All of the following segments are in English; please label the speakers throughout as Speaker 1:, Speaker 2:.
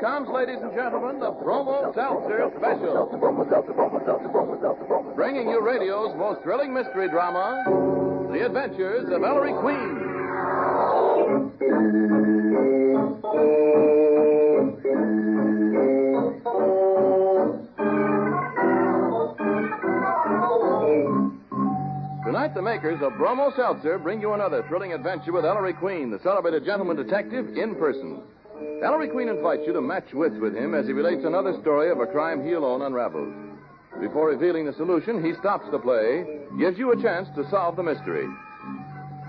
Speaker 1: comes, ladies and gentlemen, the Bromo Seltzer Special,
Speaker 2: Special.
Speaker 1: bringing you radio's most thrilling mystery drama, The Adventures of Ellery Queen. Tonight, the makers of Bromo Seltzer bring you another thrilling adventure with Ellery Queen, the celebrated gentleman detective, in person. Ellery Queen invites you to match wits with him as he relates another story of a crime he alone unravels. Before revealing the solution, he stops the play, gives you a chance to solve the mystery.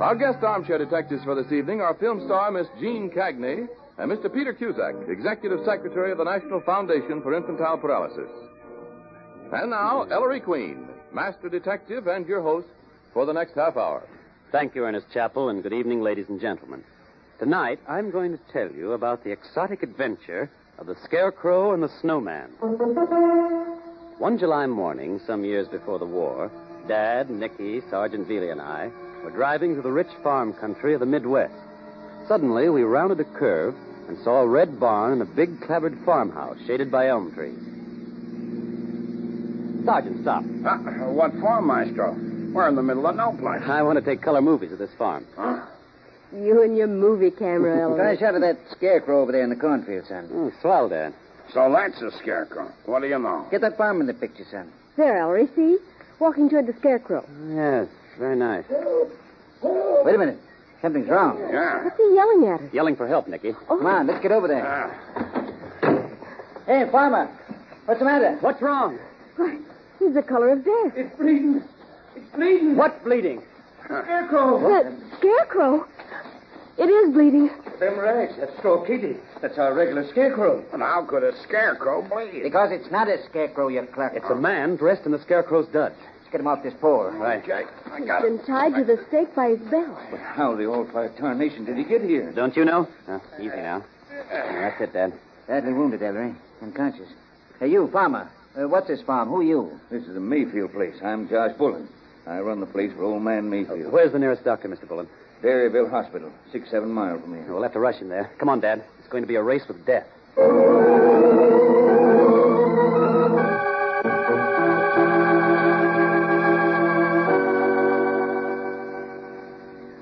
Speaker 1: Our guest armchair detectives for this evening are film star Miss Jean Cagney and Mr. Peter Cusack, Executive Secretary of the National Foundation for Infantile Paralysis. And now, Ellery Queen, Master Detective and your host for the next half hour.
Speaker 3: Thank you, Ernest Chappell, and good evening, ladies and gentlemen. Tonight, I'm going to tell you about the exotic adventure of the Scarecrow and the Snowman. One July morning, some years before the war, Dad, Nicky, Sergeant Veely, and I were driving through the rich farm country of the Midwest. Suddenly, we rounded a curve and saw a red barn and a big clapboard farmhouse shaded by elm trees. Sergeant, stop.
Speaker 4: Uh, what for, Maestro? We're in the middle of no place.
Speaker 3: I want to take color movies of this farm.
Speaker 5: You and your movie camera,
Speaker 6: Try a
Speaker 5: Ellery.
Speaker 6: shot of that scarecrow over there in the cornfield, son.
Speaker 3: Mm, swell, Dad.
Speaker 4: So that's a scarecrow. What do you know?
Speaker 6: Get that farm in the picture, son.
Speaker 5: There, Ellery, see? Walking toward the scarecrow.
Speaker 3: Yes, very nice.
Speaker 6: Wait a minute. Something's wrong.
Speaker 4: Yeah.
Speaker 5: What's he yelling at Oh, us?
Speaker 3: Yelling for help, Nicky.
Speaker 6: Come on, let's get over there.
Speaker 4: Ah,
Speaker 7: Ah.
Speaker 6: Hey, farmer. What's the matter?
Speaker 3: What's wrong?
Speaker 5: Why, he's the color of death.
Speaker 3: What's bleeding?
Speaker 5: The scarecrow. It is bleeding.
Speaker 6: Them rags. That's straw kitty. That's our regular scarecrow.
Speaker 4: but how could a scarecrow bleed?
Speaker 6: Because it's not a scarecrow, you clerk.
Speaker 3: It's a man dressed in the scarecrow's duds.
Speaker 6: Let's get him off this pole.
Speaker 3: Right.
Speaker 4: Okay, I
Speaker 5: He's
Speaker 4: got it.
Speaker 5: been tied to the stake by his belt.
Speaker 6: How the old fire tarnation did he get here?
Speaker 3: Don't you know? Oh, easy now. Yeah, that's it, Dad.
Speaker 6: Badly wounded, Ellery. Unconscious. Hey, you, farmer. Uh, what's this farm? Who are you?
Speaker 7: This is the Mayfield place. I'm Josh Bullen. I run the place for old man Mayfield.
Speaker 3: Where's the nearest doctor, Mr. Bullen?
Speaker 7: Berryville Hospital, six, seven miles from here.
Speaker 3: We'll have to rush him there. Come on, Dad. It's going to be a race with death.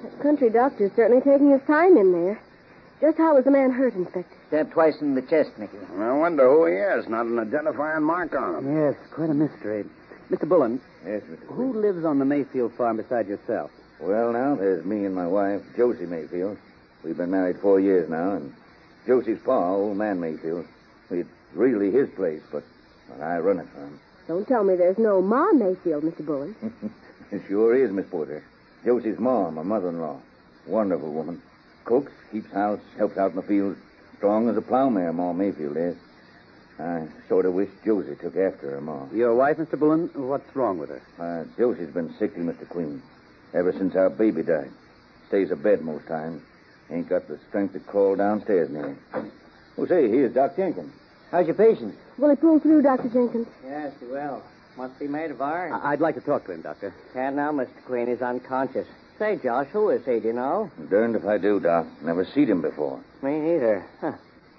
Speaker 5: That country doctor's certainly taking his time in there. Just how was the man hurt, Inspector?
Speaker 6: Stabbed twice in the chest, Nicky.
Speaker 4: I wonder who he is. Not an identifying mark on him.
Speaker 3: Yes, quite a mystery. Mr. Bullen,
Speaker 7: Yes, Mr. Quick.
Speaker 3: who lives on the Mayfield farm besides yourself?
Speaker 7: Well, now, there's me and my wife, Josie Mayfield. We've been married four years now, and Josie's pa, old man Mayfield, it's really his place, but, but I run it for him.
Speaker 5: Don't tell me there's no Ma Mayfield, Mr. Bullen.
Speaker 7: It sure is, Miss Porter. Josie's mom, my mother-in-law. Wonderful woman. Cooks, keeps house, helps out in the fields. Strong as a plowman, Ma Mayfield is. I sort of wish Josie took after her, Ma.
Speaker 3: Your wife, Mr. Bullen? What's wrong with her?
Speaker 7: Uh, Josie's been sickly, Mr. Queen, ever since our baby died. Stays abed most times. Ain't got the strength to crawl downstairs near. Well, say, here's Doc Jenkins.
Speaker 6: How's your patient?
Speaker 5: Will he pull through, Dr. Jenkins?
Speaker 6: Yes, well. Must be made of iron.
Speaker 3: I- I'd like to talk to him, Doctor.
Speaker 6: Can't now, Mr. Queen. He's unconscious. Say, Josh, who is he, do you know?
Speaker 7: Darned if I do, Doc. Never seen him before.
Speaker 6: Me neither. Huh.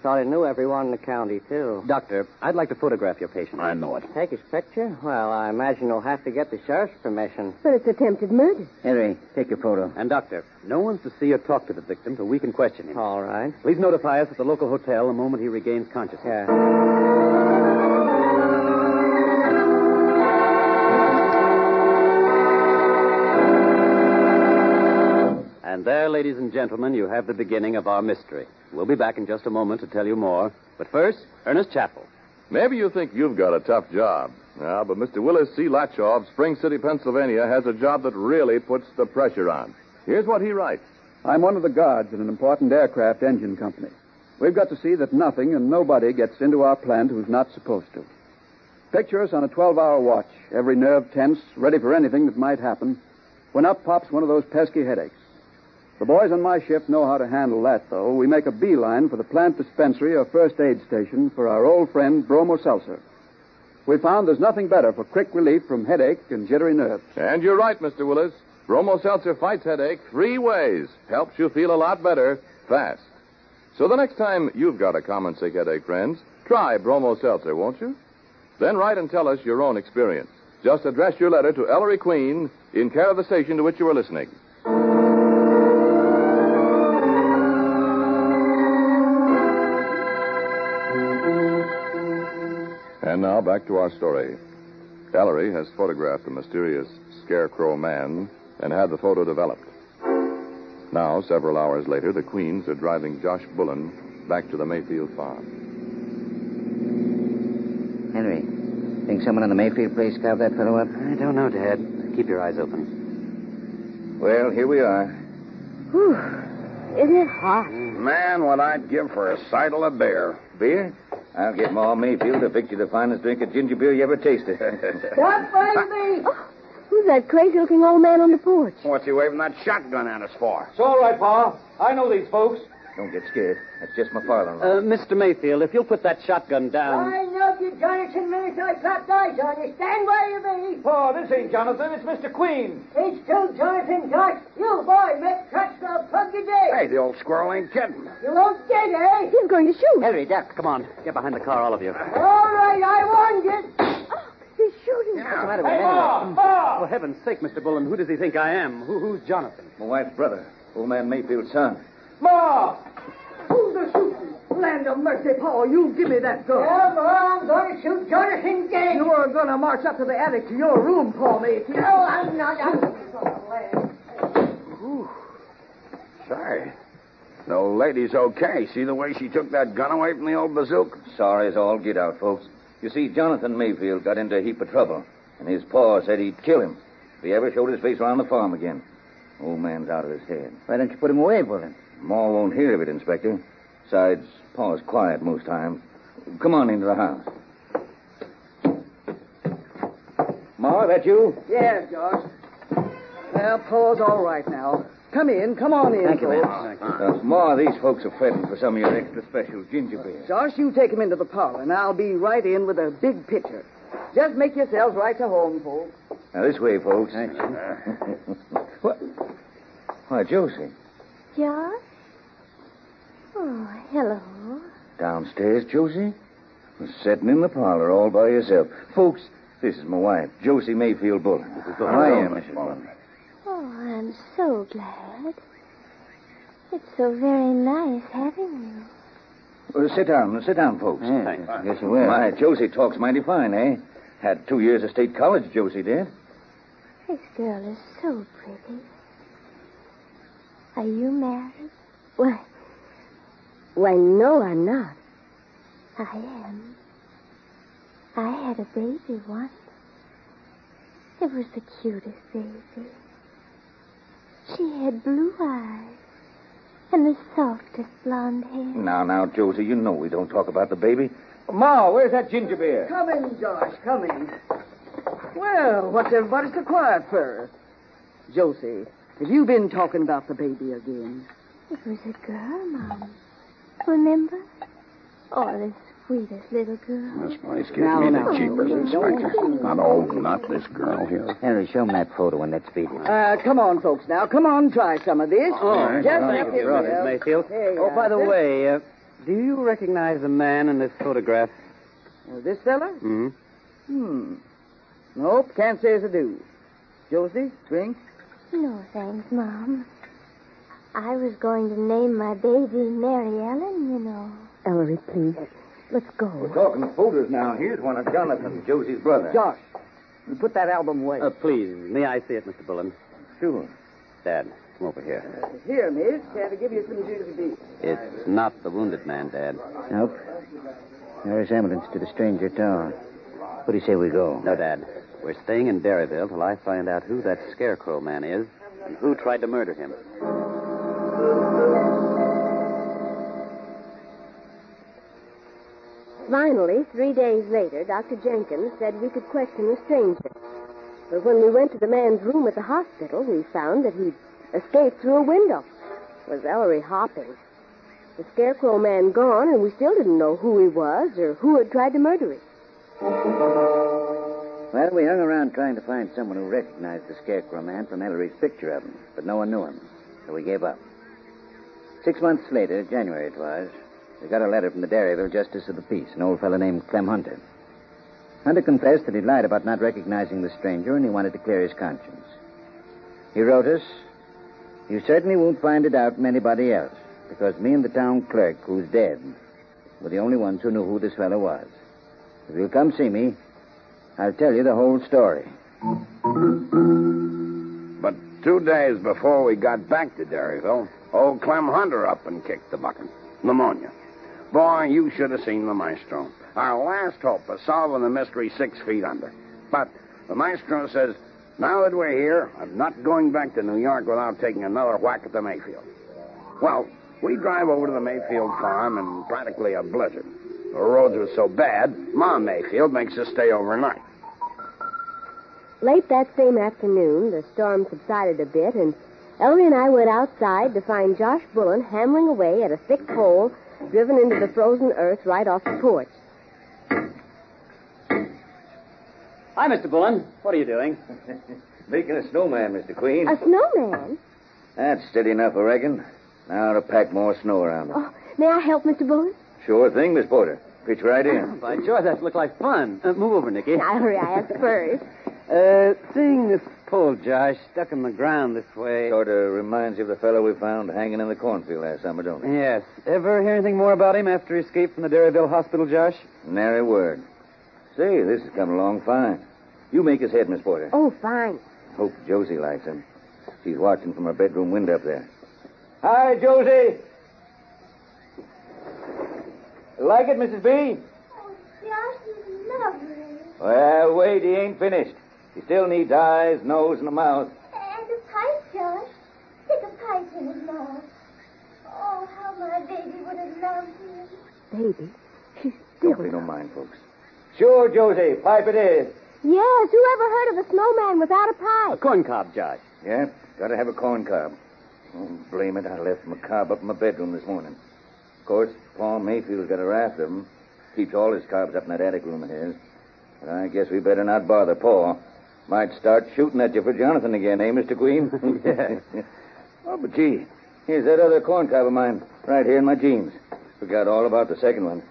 Speaker 6: Thought he knew everyone in the county,
Speaker 3: Oh.
Speaker 6: too.
Speaker 3: Doctor, I'd like to photograph your patient.
Speaker 4: I know it.
Speaker 6: Take his picture? Well, I imagine he'll have to get the sheriff's permission.
Speaker 5: But it's attempted murder.
Speaker 6: Henry, take a photo.
Speaker 3: And, Doctor, no one's to see or talk to the victim till we can question him.
Speaker 6: All right.
Speaker 3: Please notify us at the local hotel the moment he regains consciousness.
Speaker 6: Yeah.
Speaker 3: And there, ladies and gentlemen, you have the beginning of our mystery. We'll be back in just a moment to tell you more. But first, Ernest Chappell.
Speaker 1: Maybe you think you've got a tough job. Ah, but Mr. Willis C. Latchaw of Spring City, Pennsylvania, has a job that really puts the pressure on. Here's what he writes.
Speaker 8: I'm one of the guards in an important aircraft engine company. We've got to see that nothing and nobody gets into our plant who's not supposed to. Picture us on a 12 hour watch, every nerve tense, ready for anything that might happen, when up pops one of those pesky headaches. The boys on my shift know how to handle that, though. We make a beeline for the plant dispensary or first aid station for our old friend, Bromo Seltzer. We found there's nothing better for quick relief from headache and jittery nerves.
Speaker 1: And you're right, Mr. Willis. Bromo Seltzer fights headache three ways. Helps you feel a lot better, fast. So the next time you've got a common sick headache, friends, try Bromo Seltzer, won't you? Then write and tell us your own experience. Just address your letter to Ellery Queen in care of the station to which you are listening. And now back to our story. Ellery has photographed a mysterious scarecrow man and had the photo developed. Now, several hours later, the Queens are driving Josh Bullen back to the Mayfield farm.
Speaker 6: Henry, think someone in the Mayfield place carved that fellow up?
Speaker 3: I don't know, Dad. Keep your eyes open.
Speaker 7: Well, here we are.
Speaker 5: Whew. Isn't it hot?
Speaker 4: Man, what I'd give for a sidle of beer.
Speaker 7: Beer? I'll get Ma Mayfield to fix you the finest drink of ginger beer you ever tasted.
Speaker 9: Uh,
Speaker 5: Oh, who's that crazy looking old man on the porch?
Speaker 4: What's he waving that shotgun at us for?
Speaker 2: It's all right, Pa. I know these folks.
Speaker 7: Don't get scared. That's just my father-in-law.
Speaker 3: Uh, Mr. Mayfield, if you'll put that shotgun down.
Speaker 9: I know you, Jonathan, minute I clapped eyes on you. Stand where you be.
Speaker 2: Pa, this ain't Jonathan. It's Mr. Queen.
Speaker 9: It's two, Jonathan Cox. You boy, make cuts for a punk a day.
Speaker 4: Hey, the old squirrel ain't kidding.
Speaker 9: You won't get it, eh?
Speaker 5: He's going to shoot.
Speaker 3: Henry, Duck, come on. Get behind the car, all of you.
Speaker 9: All right, I warned you.
Speaker 5: Oh, he's shooting.
Speaker 6: What's the matter with
Speaker 2: Hey,
Speaker 6: that?
Speaker 2: Pa! Pa!
Speaker 3: For heaven's sake, Mr. Bullen, who does he think I am? Who, who's Jonathan?
Speaker 7: My wife's brother, old man Mayfield's son.
Speaker 2: Ma!
Speaker 9: Who's the shooting?
Speaker 10: Land of mercy, Paul, you give me that gun.
Speaker 9: Well, well, I'm going to shoot Jonathan Gage.
Speaker 10: You are going to march up to the attic to your room, Paul Mayfield.
Speaker 9: No, I'm not. I'm going to land.
Speaker 4: Sorry. The old lady's okay. See the way she took that gun away from the old bazook?
Speaker 7: Sorry as all get out, folks. You see, Jonathan Mayfield got into a heap of trouble, and his pa said he'd kill him if he ever showed his face around the farm again. Old man's out of his head.
Speaker 6: Why don't you put him away, Bullen?
Speaker 7: Ma won't hear of it, Inspector. Besides, pa's quiet most times. Come on into the house. Ma, that you?
Speaker 10: Yes, Josh. Well, Paul's all right now. Come in. Come on in.
Speaker 6: Thank you,
Speaker 10: Paul.
Speaker 6: ma'am.
Speaker 4: Uh-huh.
Speaker 7: Uh, Ma, these folks are fretting for some of your extra special ginger beer.
Speaker 10: Josh, you take him into the parlor, and I'll be right in with a big picture. Just make yourselves right to home, folks.
Speaker 7: Now, this way, folks. eh?
Speaker 6: Thank
Speaker 7: what? Why, Josie.
Speaker 5: Josh? Oh, hello.
Speaker 7: Downstairs, Josie? Sitting in the parlor all by yourself. Folks, this is my wife, Josie Mayfield Bullen. I am, Mrs. Bullen.
Speaker 5: Oh, I'm so glad. It's so very nice having you.
Speaker 7: Uh, sit down, sit down, folks.
Speaker 6: Thanks.
Speaker 7: Yes, you will. My Josie talks mighty fine, eh? Had two years of state college, Josie did.
Speaker 5: This girl is so pretty. Are you married? Why, why, no, I'm not. I am. I had a baby once. It was the cutest baby. She had blue eyes and the softest blonde hair.
Speaker 7: Now, now, Josie, you know we don't talk about the baby.
Speaker 2: Ma, where's that ginger beer?
Speaker 10: Come in, Josh. Come in. Well, what's everybody so quiet for? Josie, have you been talking about the baby again?
Speaker 5: It was a girl, Mom. Remember? Oh, the sweetest little girl.
Speaker 4: This place gives
Speaker 10: No,
Speaker 4: me
Speaker 10: no.
Speaker 4: the jeepers, Inspector. Not old, not this girl here.
Speaker 6: Henry, show him that photo and let's beat him.
Speaker 10: Uh, come on, folks, now. Come on, try some of this.
Speaker 3: Oh,
Speaker 10: Just
Speaker 3: thank
Speaker 10: up
Speaker 3: you,
Speaker 10: here,
Speaker 3: Mrs.
Speaker 10: Will.
Speaker 3: Mayfield.
Speaker 10: There you
Speaker 3: oh, by
Speaker 10: are.
Speaker 3: the way, uh, do you recognize the man in this photograph?
Speaker 10: Uh, This fella?
Speaker 3: hmm
Speaker 10: Hmm. Nope, can't say as I do. Josie, drink?
Speaker 5: No, thanks, Mom. I was going to name my baby Mary Ellen, you know.
Speaker 10: Ellery, please. Let's go.
Speaker 7: We're talking photos now. Here's one of Jonathan, Josie's brother.
Speaker 10: Josh, you put that album away.
Speaker 3: Uh, please, may I see it, Mr. Bullen?
Speaker 7: Sure.
Speaker 3: Dad, come over here.
Speaker 10: Here, miss. Care to give you some ginger beer?
Speaker 3: It's not the wounded man, Dad.
Speaker 6: Nope. No resemblance to the stranger at all. What do you say we go?
Speaker 3: No, Dad. We're staying in Berryville till I find out who that scarecrow man is and who tried to murder him.
Speaker 5: Finally, three days later, Dr. Jenkins said we could question the stranger. But when we went to the man's room at the hospital, we found that he'd escaped through a window. It was Ellery Hopping. The scarecrow man gone, and we still didn't know who he was or who had tried to murder him.
Speaker 6: Well, we hung around trying to find someone who recognized the scarecrow man from Ellery's picture of him, but no one knew him, so we gave up. Six months later, January it was, we got a letter from the Derryville Justice of the Peace, an old fellow named Clem Hunter. Hunter confessed that he'd lied about not recognizing the stranger and he wanted to clear his conscience. He wrote us, You certainly won't find it out from anybody else, because me and the town clerk, who's dead, were the only ones who knew who this fellow was. If you'll come see me, I'll tell you the whole story.
Speaker 4: But two days before we got back to Derryville, old Clem Hunter up and kicked the bucket. Pneumonia. Boy, you should have seen the maestro. Our last hope of solving the mystery six feet under. But the maestro says, now that we're here, I'm not going back to New York without taking another whack at the Mayfield. Well, we drive over to the Mayfield farm in practically a blizzard. The roads were so bad, Ma Mayfield makes us stay overnight.
Speaker 5: Late that same afternoon, the storm subsided a bit, and Ellery and I went outside to find Josh Bullen hammering away at a thick pole driven into the frozen earth right off the porch.
Speaker 3: Hi, Mr. Bullen. What are you doing?
Speaker 7: Making a snowman, Mr. Queen.
Speaker 5: A snowman?
Speaker 7: That's steady enough, I reckon. Now to pack more snow around it.
Speaker 5: Oh, may I help, Mr. Bullen?
Speaker 7: Sure thing, Miss Porter. Pitch right
Speaker 3: Oh,
Speaker 7: in.
Speaker 3: by George, that looked like fun. Uh, move over, Nicky.
Speaker 5: Now, hurry, I asked first.
Speaker 3: Uh, seeing this pole, Josh, stuck in the ground this way.
Speaker 7: Sort of reminds you of the fellow we found hanging in the cornfield last summer, don't it?
Speaker 3: Yes. Ever hear anything more about him after he escaped from the Derryville Hospital, Josh?
Speaker 7: Nary word. Say, this has come along fine. You make his head, Miss Porter.
Speaker 5: Oh, fine.
Speaker 7: Hope Josie likes him. She's watching from her bedroom window up there.
Speaker 2: Hi, Josie. Like it, Mrs. B?
Speaker 9: lovely.
Speaker 2: Well, wait, he ain't finished. He still needs eyes, nose, and a mouth.
Speaker 9: And a pipe, Josh. Stick a pipe in his mouth. Oh, how my baby would have loved him.
Speaker 5: Baby, she's
Speaker 7: Don't be no mind, folks.
Speaker 2: Sure, Josie, pipe it is.
Speaker 5: Yes, who ever heard of a snowman without a pipe?
Speaker 3: Corncob, Oh, Josh.
Speaker 7: Yeah, gotta have a corn cob. Oh, blame it, I left my cob up in my bedroom this morning. Of course, Paul Mayfield's got a raft of 'em. Keeps all his cobs up in that attic room of his. But I guess we better not bother Paul. Might start shooting at you for Jonathan again, eh, Mr. Queen?
Speaker 3: Yeah.
Speaker 7: oh, but gee, here's that other corn cob of mine right here in my jeans. Forgot all about the second one.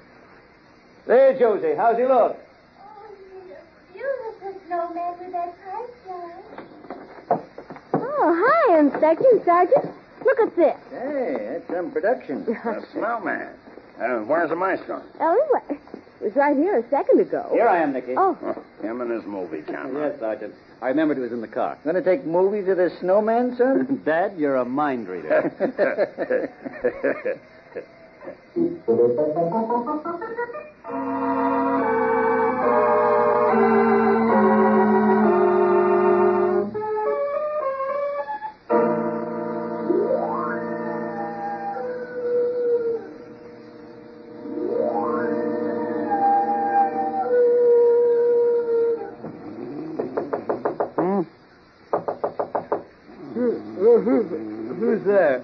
Speaker 2: There, Josie, how's he look?
Speaker 9: Oh, you look beautiful snowman with that pipe, Josh.
Speaker 5: Oh, hi, Inspector Sergeant. Look at this.
Speaker 7: Hey, that's some production.
Speaker 4: The snowman. Uh, where's the maestro?
Speaker 5: Ellie, what? It was right here a second ago.
Speaker 6: Here I am, Nicky.
Speaker 5: Oh,
Speaker 4: Him and his movie camera.
Speaker 3: Yes, Sergeant. I remembered he was in the car.
Speaker 6: Gonna take movies of the snowman, son?
Speaker 3: Dad, you're a mind reader.
Speaker 2: Who's there?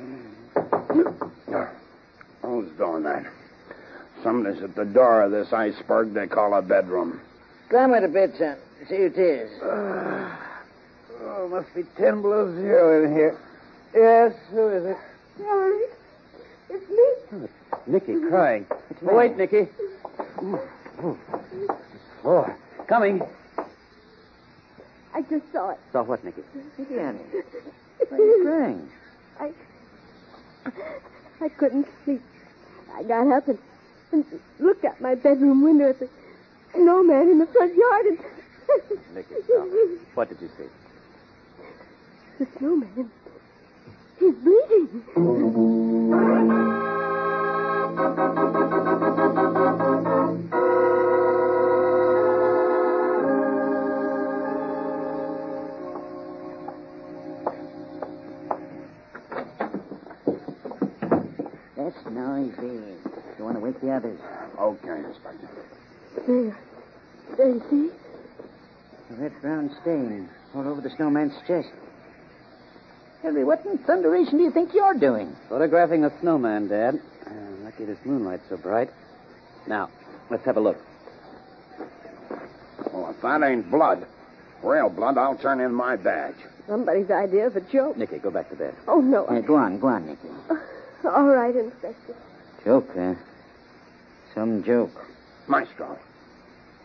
Speaker 4: Who's doing that? Somebody's at the door of this iceberg they call a bedroom.
Speaker 6: Climb it a bit, son. See who it is.
Speaker 4: Oh, must be ten below zero in here.
Speaker 6: Yes, who is it?
Speaker 9: Darling, it's me.
Speaker 3: Nicky crying. Oh, wait, Nicky. Oh, coming.
Speaker 5: I just saw it.
Speaker 3: Saw what, Nicky?
Speaker 6: Nicky, honey. Why are you crying?
Speaker 5: I, I couldn't sleep. I got up and, and looked out my bedroom window at the snowman in the front yard and.
Speaker 3: Nicky, stop. it. What did you see?
Speaker 5: The snowman. He's bleeding.
Speaker 6: That's noisy. You want to wake the others?
Speaker 4: Okay, Inspector.
Speaker 5: There. There, you see?
Speaker 6: A red brown stain all over the snowman's chest. Henry, what in thunderation do you think you're doing?
Speaker 3: Photographing a snowman, Dad. Uh, lucky this moonlight's so bright. Now, let's have a look.
Speaker 4: Well, if that ain't blood, real blood, I'll turn in my badge.
Speaker 5: Somebody's idea of a joke.
Speaker 3: Nicky, go back to bed.
Speaker 5: Oh, no. I,
Speaker 3: Hmm.
Speaker 5: uh,
Speaker 6: go on, go on, Nicky.
Speaker 5: All right, Inspector.
Speaker 6: Joke, huh? Some joke.
Speaker 4: Maestro,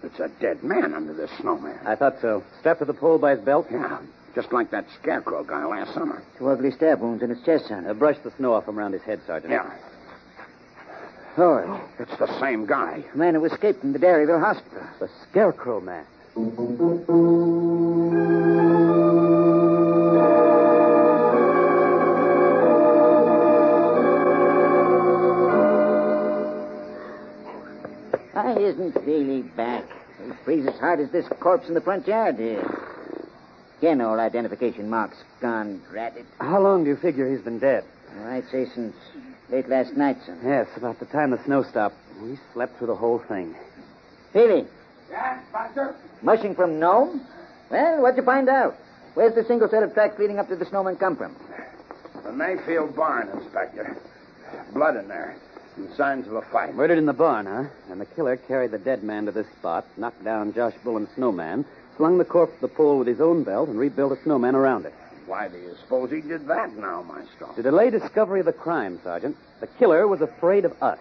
Speaker 4: it's a dead man under this snowman.
Speaker 3: I thought so. Strapped to the pole by his belt?
Speaker 4: Yeah, just like that scarecrow guy last summer.
Speaker 6: Two ugly stab wounds in his chest, son.
Speaker 3: Uh, brush the snow off from around his head, Sergeant.
Speaker 4: Yeah,
Speaker 6: Lord,
Speaker 4: it's the same guy.
Speaker 6: the man who escaped from the Derryville hospital.
Speaker 3: The scarecrow man.
Speaker 6: I isn't really back. He freeze as hard as this corpse in the front yard is. Again, all identification marks gone ratted.
Speaker 3: How long do you figure he's been dead?
Speaker 6: Well, I'd say since late last night, son.
Speaker 3: Yes, about the time the snow stopped. We slept through the whole thing.
Speaker 6: Feely,
Speaker 4: Yeah, Buster?
Speaker 6: mushing from Nome? Well, what'd you find out? Where's the single set of tracks leading up to the snowman come from?
Speaker 4: The Mayfield barn, Inspector. Blood in there. And signs of a fight.
Speaker 3: Murdered in the barn, huh? And the killer carried the dead man to this spot, knocked down Josh Bullen's snowman, slung the corpse to the pole with his own belt, and rebuilt a snowman around it.
Speaker 4: Why do you suppose he did that now, Maestro?
Speaker 3: To delay discovery of the crime, Sergeant, the killer was afraid of us.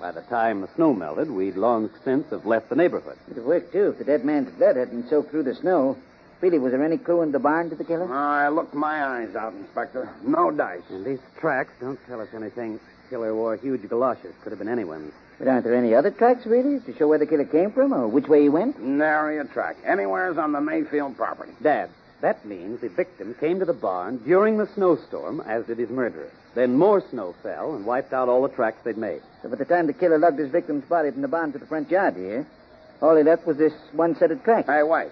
Speaker 3: By the time the snow melted, we'd long since have left the neighborhood.
Speaker 6: It'd have worked, too, if the dead man's blood hadn't soaked through the snow. Feely, was there any clue in the barn to the killer?
Speaker 4: I looked my eyes out, Inspector. No dice.
Speaker 3: And these tracks don't tell us anything. Killer wore huge galoshes. Could have been anyone's.
Speaker 6: But aren't there any other tracks, really, to show where the killer came from or which way he went?
Speaker 4: Nary a track. Anywhere's on the Mayfield property.
Speaker 3: Dad, that means the victim came to the barn during the snowstorm, as did his murderer. Then more snow fell and wiped out all the tracks they'd made.
Speaker 6: So by the time the killer lugged his victim's body from the barn to the front yard here, all he left was this one set of tracks.
Speaker 4: Hey, wait.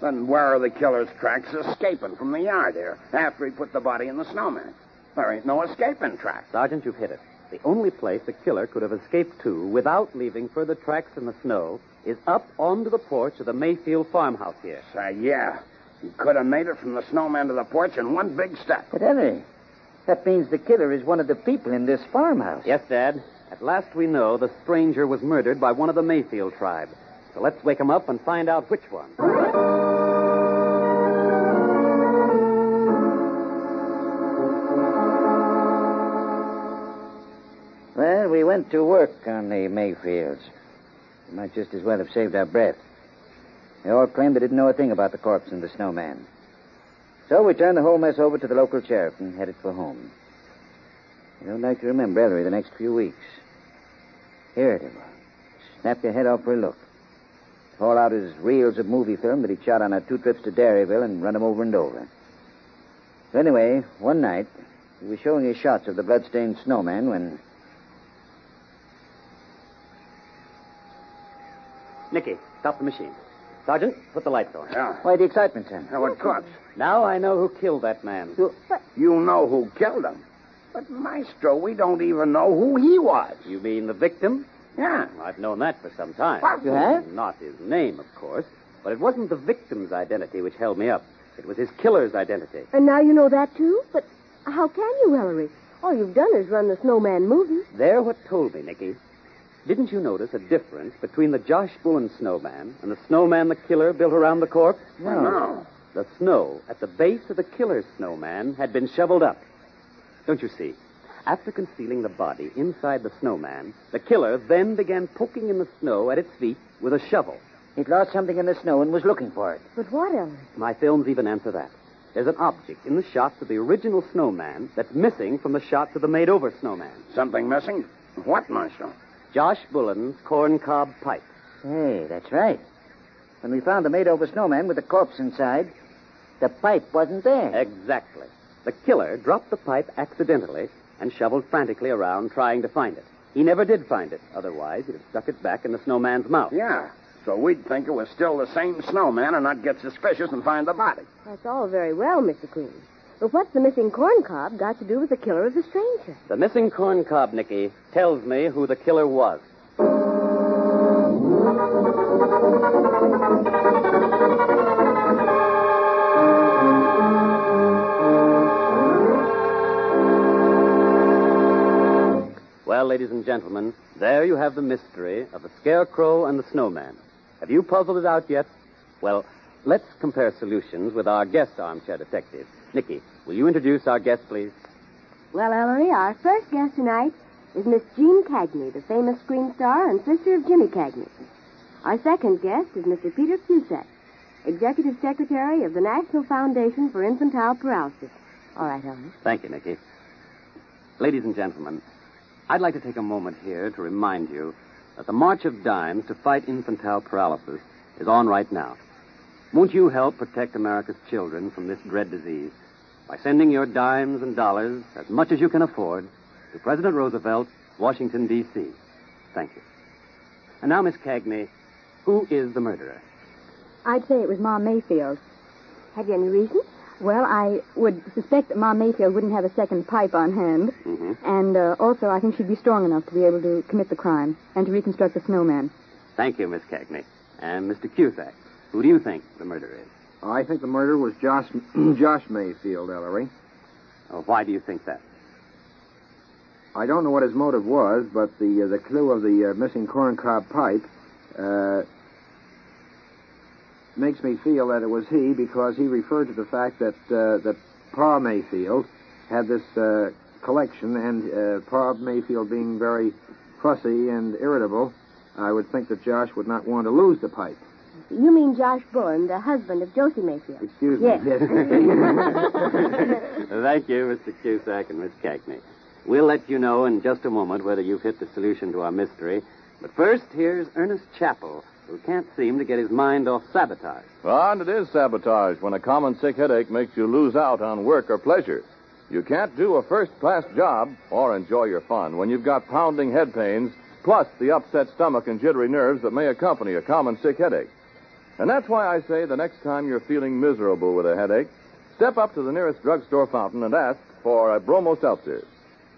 Speaker 4: Then where are the killer's tracks escaping from the yard here after he put the body in the snowman? There ain't no escaping track.
Speaker 3: Sergeant, you've hit it. The only place the killer could have escaped to without leaving further tracks in the snow is up onto the porch of the Mayfield farmhouse here.
Speaker 4: Say, Uh, yeah. He could have made it from the snowman to the porch in one big step.
Speaker 6: But, Henry, that means the killer is one of the people in this farmhouse.
Speaker 3: Yes, Dad. At last we know the stranger was murdered by one of the Mayfield tribe. So let's wake him up and find out which one.
Speaker 6: Well, we went to work on the Mayfields. We might just as well have saved our breath. They all claimed they didn't know a thing about the corpse and the snowman. So we turned the whole mess over to the local sheriff and headed for home. I don't like to remember Ellery the next few weeks. Irritable. Snapped her head off for a look. Haul out his reels of movie film that he'd shot on our two trips to Derryville and run 'em over and over. So anyway, one night, he was showing us shots of the bloodstained snowman when
Speaker 3: Nicky, stop the machine. Sergeant, put the lights on.
Speaker 4: Yeah.
Speaker 6: Why the excitement, son?
Speaker 4: Now, what cops?
Speaker 3: Now I know who killed that man.
Speaker 4: You know who killed him. But, Maestro, we don't even know who he was.
Speaker 3: You mean the victim?
Speaker 4: Yeah.
Speaker 3: Well, I've known that for some time.
Speaker 4: What?
Speaker 6: You have?
Speaker 3: Not his name, of course. But it wasn't the victim's identity which held me up. It was his killer's identity.
Speaker 5: And now you know that, too? But how can you, Ellery? All you've done is run the Snowman movie.
Speaker 3: They're what told me, Nicky. Didn't you notice a difference between the Josh Bullen snowman and the snowman the killer built around the corpse?
Speaker 4: No.
Speaker 3: The snow at the base of the killer's snowman had been shoveled up. Don't you see? After concealing the body inside the snowman, the killer then began poking in the snow at its feet with a shovel.
Speaker 6: He'd lost something in the snow and was looking for it.
Speaker 5: But what, Ellery?
Speaker 3: My films even answer that. There's an object in the shots of the original snowman that's missing from the shots of the made over snowman.
Speaker 4: Something missing? What, Maestro?
Speaker 3: Josh Bullen's corncob pipe.
Speaker 6: Hey, that's right. When we found the made over snowman with the corpse inside, the pipe wasn't there.
Speaker 3: Exactly. The killer dropped the pipe accidentally and shoveled frantically around trying to find it. He never did find it, otherwise, he'd have stuck it back in the snowman's mouth.
Speaker 4: Yeah. So we'd think it was still the same snowman and not get suspicious and find the body.
Speaker 5: That's all very well, Mr. Queen. But what's the missing corn cob got to do with the killer of the stranger?
Speaker 3: The missing corncob, Nicky, tells me who the killer was. Well, ladies and gentlemen, there you have the mystery of the scarecrow and the snowman. Have you puzzled it out yet? Well, let's compare solutions with our guest armchair detective. Nicky, will you introduce our guest, please?
Speaker 5: Well, Ellery, our first guest tonight is Miss Jean Cagney, the famous screen star and sister of Jimmy Cagney. Our second guest is Mr. Peter Cusack, Executive Secretary of the National Foundation for Infantile Paralysis. All right, Ellery.
Speaker 3: Thank you, Nicky. Ladies and gentlemen, I'd like to take a moment here to remind you that the March of Dimes to fight infantile paralysis is on right now. Won't you help protect America's children from this dread disease by sending your dimes and dollars, as much as you can afford, to President Roosevelt, Washington, D.C.? Thank you. And now, Miss Cagney, who is the murderer?
Speaker 11: I'd say it was Ma Mayfield.
Speaker 5: Have you any reason?
Speaker 11: Well, I would suspect that Ma Mayfield wouldn't have a second pipe on hand.
Speaker 3: Mm-hmm.
Speaker 11: And uh, also, I think she'd be strong enough to be able to commit the crime and to reconstruct the snowman.
Speaker 3: Thank you, Miss Cagney. And Mr. Cusack, who do you think the murderer is?
Speaker 12: I think the murder was Josh, Josh Mayfield, Ellery.
Speaker 3: Oh, why do you think that?
Speaker 12: I don't know what his motive was, but the uh, the clue of the uh, missing corncob pipe uh, makes me feel that it was he because he referred to the fact that uh, that Pa Mayfield had this uh, collection, and uh, Pa Mayfield being very fussy and irritable, I would think that Josh would not want to lose the pipe.
Speaker 5: You mean Josh Bourne, the husband of Josie Mayfield?
Speaker 12: Excuse
Speaker 5: yes.
Speaker 12: me.
Speaker 3: Thank you, Mr. Cusack and Miss Cagney. We'll let you know in just a moment whether you've hit the solution to our mystery. But first, here's Ernest Chappell, who can't seem to get his mind off sabotage.
Speaker 1: Well, and it is sabotage when a common sick headache makes you lose out on work or pleasure. You can't do a first class job or enjoy your fun when you've got pounding head pains, plus the upset stomach and jittery nerves that may accompany a common sick headache. And that's why I say the next time you're feeling miserable with a headache, step up to the nearest drugstore fountain and ask for a bromo seltzer.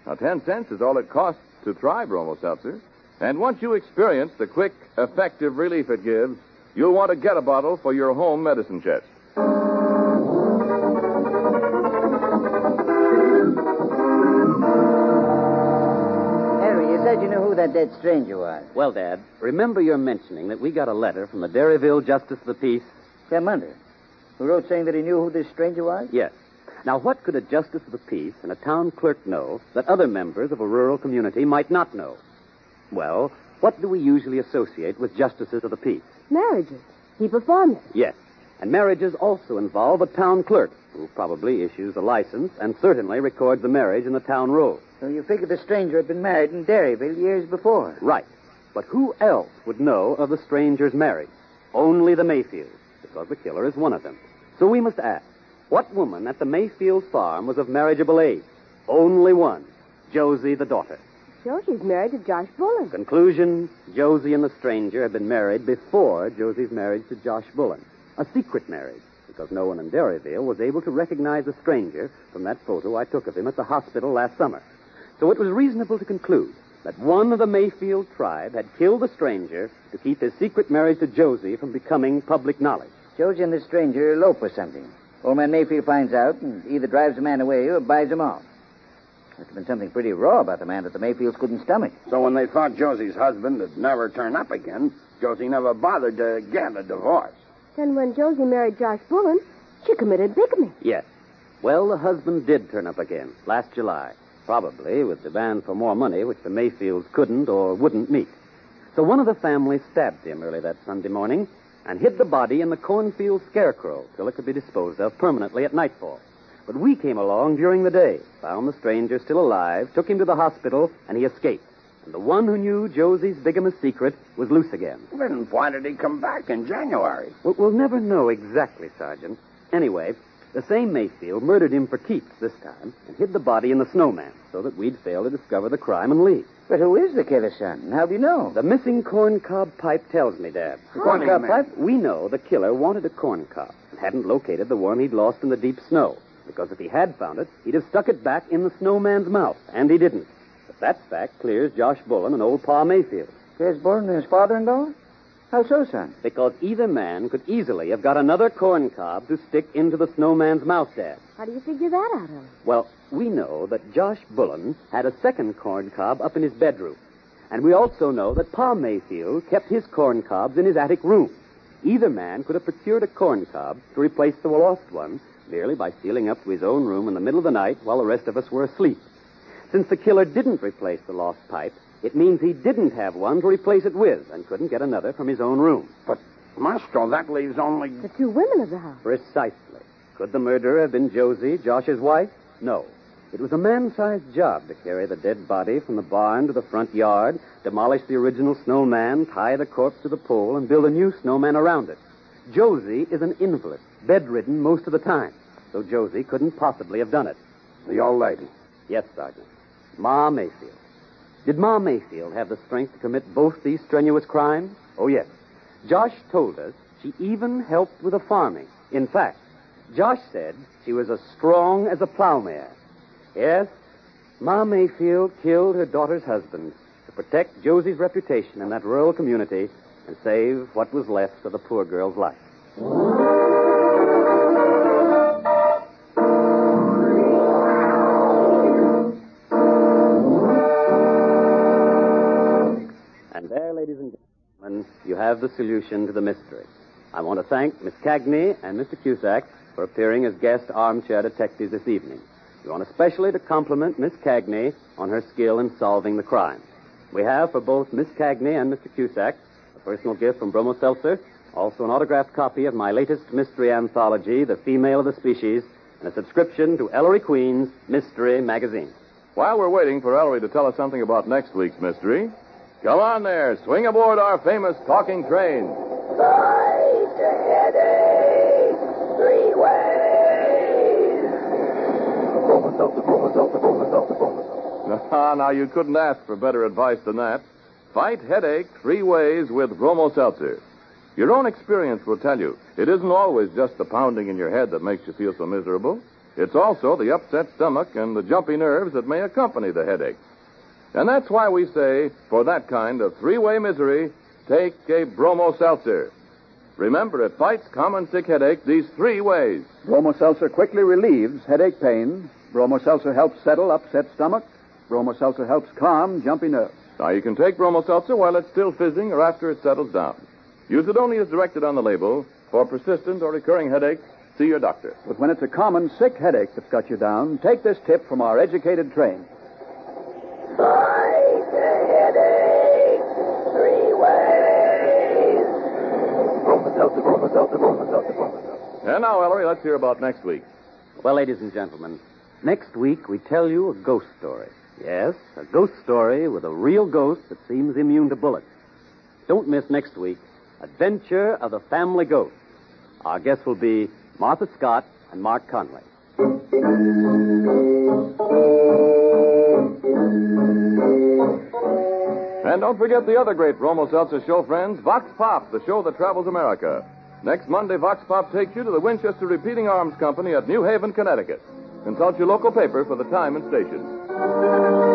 Speaker 1: Now, 10 cents is all it costs to try bromo seltzer. And once you experience the quick, effective relief it gives, you'll want to get a bottle for your home medicine chest.
Speaker 6: Harry, you said you knew who that dead stranger was.
Speaker 3: Well, Dad, remember your mentioning that we got a letter from the Derryville Justice of the Peace?
Speaker 6: Clem Hunter, who wrote saying that he knew who this stranger was?
Speaker 3: Yes. Now, what could a Justice of the Peace and a town clerk know that other members of a rural community might not know? Well, what do we usually associate with justices of the peace?
Speaker 5: Marriages. He performs it.
Speaker 3: Yes. And marriages also involve a town clerk, who probably issues a license and certainly records the marriage in the town roll.
Speaker 6: So you figured the stranger had been married in Derryville years before.
Speaker 3: Right. But who else would know of the stranger's marriage? Only the Mayfields, because the killer is one of them. So we must ask, what woman at the Mayfield farm was of marriageable age? Only one, Josie the daughter.
Speaker 5: Sure, she's married to Josh Bullen.
Speaker 3: Conclusion Josie and the stranger had been married before Josie's marriage to Josh Bullen. A secret marriage, because no one in Derryville was able to recognize the stranger from that photo I took of him at the hospital last summer. So it was reasonable to conclude that one of the Mayfield tribe had killed the stranger to keep his secret marriage to Josie from becoming public knowledge.
Speaker 6: Josie and the stranger elope or something. Old man Mayfield finds out and either drives the man away or buys him off. Must have been something pretty raw about the man that the Mayfields couldn't stomach.
Speaker 4: So when they thought Josie's husband had never turned up again, Josie never bothered to get a divorce.
Speaker 5: Then when Josie married Josh Bullen, she committed bigamy.
Speaker 3: Yes. Well, the husband did turn up again last July, probably with demand for more money, which the Mayfields couldn't or wouldn't meet. So one of the family stabbed him early that Sunday morning and hid the body in the cornfield scarecrow till it could be disposed of permanently at nightfall. But we came along during the day, found the stranger still alive, took him to the hospital, and he escaped. And the one who knew Josie's bigamous secret was loose again.
Speaker 4: Then why did he come back in January?
Speaker 3: We'll, we'll never know exactly, Sergeant. Anyway, the same Mayfield murdered him for keeps this time and hid the body in the snowman so that we'd fail to discover the crime and leave.
Speaker 6: But who is the killer, son? And how do you know?
Speaker 3: The missing corncob pipe tells me, Dad.
Speaker 4: The corncob pipe?
Speaker 3: We know the killer wanted a corncob and hadn't located the one he'd lost in the deep snow because if he had found it, he'd have stuck it back in the snowman's mouth, and he didn't. But that fact clears Josh Bullen and old Pa Mayfield.
Speaker 6: Clears Bullen and his father-in-law? How so, son?
Speaker 3: Because either man could easily have got another corncob to stick into the snowman's mouth, Dad.
Speaker 5: How do you figure that out, Ellie?
Speaker 3: Well, we know that Josh Bullen had a second corncob up in his bedroom. And we also know that Pa Mayfield kept his corncobs in his attic room. Either man could have procured a corncob to replace the lost one merely by stealing up to his own room in the middle of the night while the rest of us were asleep. Since the killer didn't replace the lost pipe, it means he didn't have one to replace it with and couldn't get another from his own room.
Speaker 4: But, Maestro, that leaves only.
Speaker 11: The two women of the house.
Speaker 3: Precisely. Could the murderer have been Josie, Josh's wife? No. It was a man sized job to carry the dead body from the barn to the front yard, demolish the original snowman, tie the corpse to the pole, and build a new snowman around it. Josie is an invalid, bedridden most of the time, so Josie couldn't possibly have done it.
Speaker 4: The old lady?
Speaker 3: Yes, Sergeant. Ma Mayfield. Did Ma Mayfield have the strength to commit both these strenuous crimes? Oh, yes. Josh told us she even helped with the farming. In fact, Josh said she was as strong as a plowmare. Yes, Ma Mayfield killed her daughter's husband to protect Josie's reputation in that rural community and save what was left of the poor girl's life. And there, ladies and gentlemen, you have the solution to the mystery. I want to thank Miss Cagney and Mr. Cusack for appearing as guest armchair detectives this evening. We want especially to compliment Miss Cagney on her skill in solving the crime. We have for both Miss Cagney and Mr. Cusack a personal gift from Bromo Seltzer, also an autographed copy of my latest mystery anthology, The Female of the Species, and a subscription to Ellery Queen's Mystery Magazine.
Speaker 1: While we're waiting for Ellery to tell us something about next week's mystery, come on there, swing aboard our famous talking train.
Speaker 9: Fight to headache, three
Speaker 1: Ah, now you couldn't ask for better advice than that. Fight headache three ways with Bromo Seltzer. Your own experience will tell you it isn't always just the pounding in your head that makes you feel so miserable. It's also the upset stomach and the jumpy nerves that may accompany the headache. And that's why we say, for that kind of three way misery, take a Bromo Seltzer. Remember, it fights common sick headache these three ways.
Speaker 8: Bromo Seltzer quickly relieves headache pain. Bromo Seltzer helps settle upset stomach. Bromo Seltzer helps calm jumpy nerves.
Speaker 1: Now, you can take Bromo Seltzer while it's still fizzing or after it settles down. Use it only as directed on the label. For persistent or recurring headache, see your doctor.
Speaker 8: But when it's a common sick headache that's got you down, take this tip from our educated train.
Speaker 9: Fight the headache, three ways.
Speaker 1: And now, Ellery, let's hear about next week.
Speaker 3: Well, ladies and gentlemen, next week we tell you a ghost story. Yes, a ghost story with a real ghost that seems immune to bullets. Don't miss next week Adventure of the Family Ghost. Our guests will be Martha Scott and Mark Conway.
Speaker 1: And don't forget the other great Bromo Seltzer show, friends, Vox Pop, the show that travels America. Next Monday, Vox Pop takes you to the Winchester Repeating Arms Company at New Haven, Connecticut. Consult your local paper for the time and station.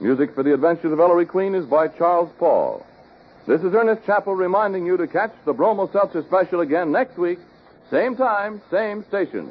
Speaker 1: Music for the Adventures of Ellery Queen is by Charles Paul. This is Ernest Chappell reminding you to catch the Bromo Seltzer special again next week, same time, same station.